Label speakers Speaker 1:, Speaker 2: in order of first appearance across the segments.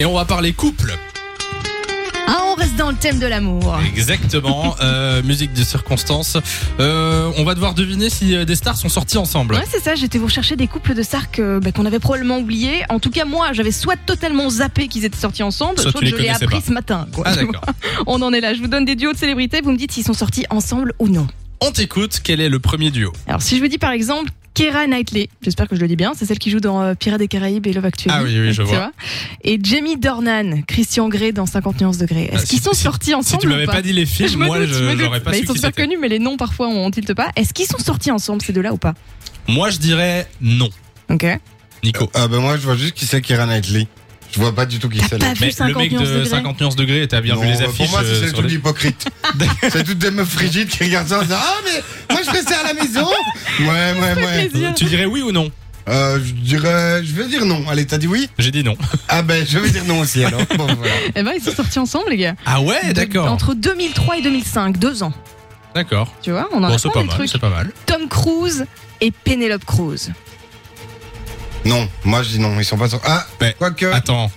Speaker 1: Et on va parler couple.
Speaker 2: Ah, on reste dans le thème de l'amour.
Speaker 1: Exactement. euh, musique de circonstance. Euh, on va devoir deviner si euh, des stars sont sorties ensemble.
Speaker 2: Ouais, c'est ça, j'étais vous chercher des couples de stars que- bah, qu'on avait probablement oubliés. En tout cas, moi, j'avais soit totalement zappé qu'ils étaient sortis ensemble,
Speaker 1: Soit
Speaker 2: soit,
Speaker 1: tu les
Speaker 2: je l'ai
Speaker 1: connaissais
Speaker 2: appris
Speaker 1: pas.
Speaker 2: ce matin. quoi.
Speaker 1: Ah d'accord.
Speaker 2: on en est là, je vous donne des duos de célébrités, vous me dites s'ils sont sortis ensemble ou non.
Speaker 1: On t'écoute. Quel est le premier duo
Speaker 2: Alors, si je vous dis par exemple Keira Knightley, j'espère que je le dis bien, c'est celle qui joue dans euh, Pirates des Caraïbes et Love Actually.
Speaker 1: Ah oui, oui, je
Speaker 2: Tu
Speaker 1: vois.
Speaker 2: Et Jamie Dornan, Christian Grey dans 50 nuances degrés.
Speaker 1: Ah,
Speaker 2: Est-ce qu'ils
Speaker 1: si-
Speaker 2: sont
Speaker 1: si-
Speaker 2: sortis
Speaker 1: Si
Speaker 2: ensemble
Speaker 1: tu m'avais
Speaker 2: ou
Speaker 1: pas, dit les films,
Speaker 2: je me
Speaker 1: moi
Speaker 2: doute, je me
Speaker 1: je
Speaker 2: doute.
Speaker 1: j'aurais pas
Speaker 2: Bah,
Speaker 1: su
Speaker 2: Ils sont
Speaker 1: qui
Speaker 2: super
Speaker 1: c'était.
Speaker 2: connus, mais les noms parfois on tilte pas. Est-ce qu'ils sont sortis ensemble ces deux-là ou pas
Speaker 1: Moi je dirais non.
Speaker 2: Ok. Euh,
Speaker 1: Nico.
Speaker 3: Ah bah moi je vois juste qui c'est Keira Knightley. Je vois pas du tout qui
Speaker 2: T'as
Speaker 3: c'est.
Speaker 2: pas
Speaker 3: là.
Speaker 2: vu
Speaker 1: Mais le
Speaker 2: 50
Speaker 1: mec
Speaker 2: nuances
Speaker 1: de
Speaker 2: degrés
Speaker 1: 50 nuances degrés, t'as bien
Speaker 3: Non,
Speaker 1: vu les
Speaker 3: bah,
Speaker 1: affiches
Speaker 3: Pour moi
Speaker 1: euh,
Speaker 3: c'est le
Speaker 1: sur
Speaker 3: truc
Speaker 1: les-
Speaker 3: d'hypocrite. c'est toutes des meufs frigides qui regardent ça en disant Ah mais moi je fais ça à la maison. Ouais ouais ouais.
Speaker 2: plaisir.
Speaker 1: Tu dirais oui ou non
Speaker 3: Euh, je dirais, je vais dire non. Allez t'as dit oui.
Speaker 1: J'ai dit non.
Speaker 3: Ah ben je vais dire non aussi alors. Bon, voilà.
Speaker 2: Eh ben, ils sont sortis ensemble, les gars.
Speaker 1: Ah ouais,
Speaker 2: De-
Speaker 1: d'accord.
Speaker 2: Entre 2003 et 2005, deux ans.
Speaker 1: D'accord.
Speaker 2: Tu vois, on en
Speaker 1: Bon,
Speaker 2: a
Speaker 1: c'est
Speaker 2: plein
Speaker 1: pas
Speaker 2: des
Speaker 1: mal,
Speaker 2: trucs.
Speaker 1: c'est pas mal.
Speaker 2: Tom Cruise et Penelope Cruz.
Speaker 3: Non, moi je dis non. Ils sont pas. sur- Ah
Speaker 1: Mais-
Speaker 3: quoique.
Speaker 2: Euh.
Speaker 1: Attends.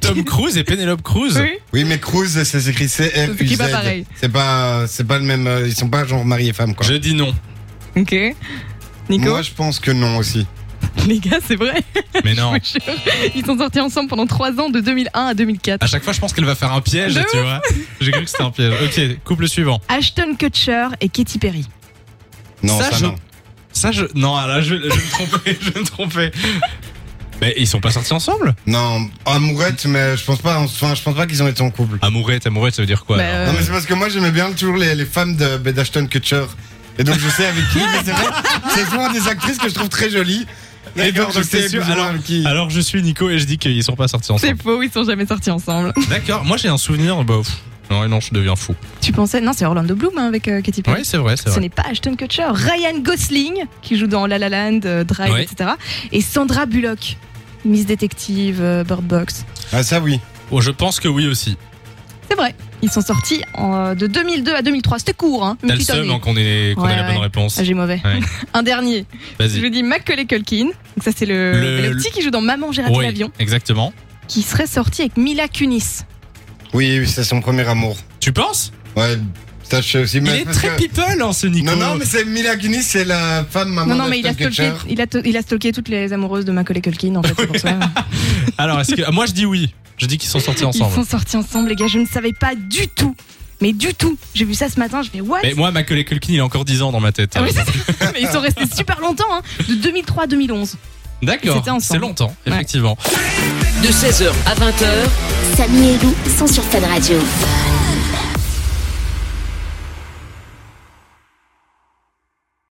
Speaker 1: Tom Cruise et Penelope Cruz.
Speaker 3: Oui mais Cruz c'est écrit C R
Speaker 2: Ce qui
Speaker 3: U
Speaker 2: est pas
Speaker 3: Z.
Speaker 2: pareil.
Speaker 3: C'est pas c'est pas le même. euh, Ils sont pas genre mari et femme quoi.
Speaker 1: Je dis non.
Speaker 2: Ok. Nico,
Speaker 3: Moi je pense que non aussi.
Speaker 2: les gars, c'est vrai.
Speaker 1: Mais non.
Speaker 2: je vous jure. Ils sont sortis ensemble pendant trois ans, de 2001 à 2004.
Speaker 1: À chaque fois, je pense qu'elle va faire un piège,
Speaker 2: De
Speaker 1: tu vois. J'ai cru que c'était un piège. Ok, couple suivant.
Speaker 2: Ashton Kutcher et Katy Perry.
Speaker 3: Non
Speaker 1: Ça,
Speaker 3: ça,
Speaker 1: je-
Speaker 3: non.
Speaker 1: Ça, je. Non, ah, là, je, je vais me tromper, je vais me tromper. Mais ils sont pas sortis ensemble
Speaker 3: Non amourette mais je pense pas. Enfin je pense pas qu'ils ont été en couple.
Speaker 1: Amourette, amourette, ça veut dire quoi
Speaker 2: Bah,
Speaker 1: alors
Speaker 2: euh,
Speaker 3: Non, mais c'est parce que moi j'aimais bien toujours les, les femmes de ben, d'Ashton Kutcher. Et donc je sais avec qui, mais c'est vrai, c'est souvent des actrices que je trouve très jolies. Et
Speaker 1: D'accord,
Speaker 3: donc je
Speaker 1: donc t'es
Speaker 3: sais
Speaker 1: sûr,
Speaker 3: plus ou moins avec qui.
Speaker 1: Alors, je suis Nico et je dis qu'ils sont pas sortis
Speaker 2: C'est
Speaker 1: ensemble.
Speaker 2: faux, ils sont jamais sortis ensemble.
Speaker 1: D'accord, moi j'ai un souvenir. Bah, pff, non, et non, je deviens fou.
Speaker 2: tu pensais Non, c'est Orlando Bloom hein, avec euh, Katy Perry.
Speaker 1: Oui, c'est vrai, c'est
Speaker 2: Ce
Speaker 1: vrai.
Speaker 2: n'est pas Ashton Kutcher, Ryan Gosling qui joue dans La La Land, euh, Drive,
Speaker 1: Ouais.
Speaker 2: etc. Et Sandra Bullock, Miss Détective, euh, Bird Box.
Speaker 3: Ah ça oui.
Speaker 1: Oh, je pense que oui aussi.
Speaker 2: C'est vrai, ils sont sortis en, euh, de 2002 à 2003. C'était court, hein une
Speaker 1: T'as le
Speaker 2: petite
Speaker 1: seum
Speaker 2: année.
Speaker 1: hein, qu'on ait, qu'on ait
Speaker 2: Ouais,
Speaker 1: la bonne
Speaker 2: ouais.
Speaker 1: réponse.
Speaker 2: Ah, j'ai mauvais.
Speaker 1: Ouais.
Speaker 2: Un dernier. Je
Speaker 1: Vas-y.
Speaker 2: vous dis Macaulay Culkin. Donc ça c'est le,
Speaker 1: Le-
Speaker 2: le petit qui joue dans Maman j'ai raté
Speaker 1: Oui,
Speaker 2: l'avion,
Speaker 1: exactement.
Speaker 2: qui serait sorti avec Mila Kunis.
Speaker 3: Oui, oui, c'est son premier amour.
Speaker 1: Tu penses
Speaker 3: Ouais, ça je sais aussi.
Speaker 1: Il
Speaker 3: mais
Speaker 1: est
Speaker 3: parce
Speaker 1: très
Speaker 3: que-
Speaker 1: people, hein, ce Nico.
Speaker 3: Non, non, mais c'est Mila Kunis, c'est la femme maman
Speaker 2: Non non mais il a
Speaker 3: d'Ashton
Speaker 2: stalké,
Speaker 3: Kutcher.
Speaker 2: il a, to- il a stalké toutes les amoureuses de Macaulay Culkin en fait. c'est pour ça.
Speaker 1: Alors, est-ce que. ah, Moi, je dis oui. Je dis qu'ils sont sortis
Speaker 2: Ils
Speaker 1: ensemble.
Speaker 2: sont sortis ensemble les gars. Je ne savais pas du tout, mais du tout. J'ai vu ça ce matin. Je fais what
Speaker 1: Mais moi, Macaulay Culkin, il a encore 10 ans dans ma tête.
Speaker 2: Ah oui, c'est ça. Mais ils sont restés super longtemps, hein, de 2003 à 2011. Ils
Speaker 1: D'accord,
Speaker 2: étaient ensemble.
Speaker 1: c'est longtemps, effectivement.
Speaker 4: de 16h à 20h.
Speaker 5: Samy et Lou sont sur Fan Radio.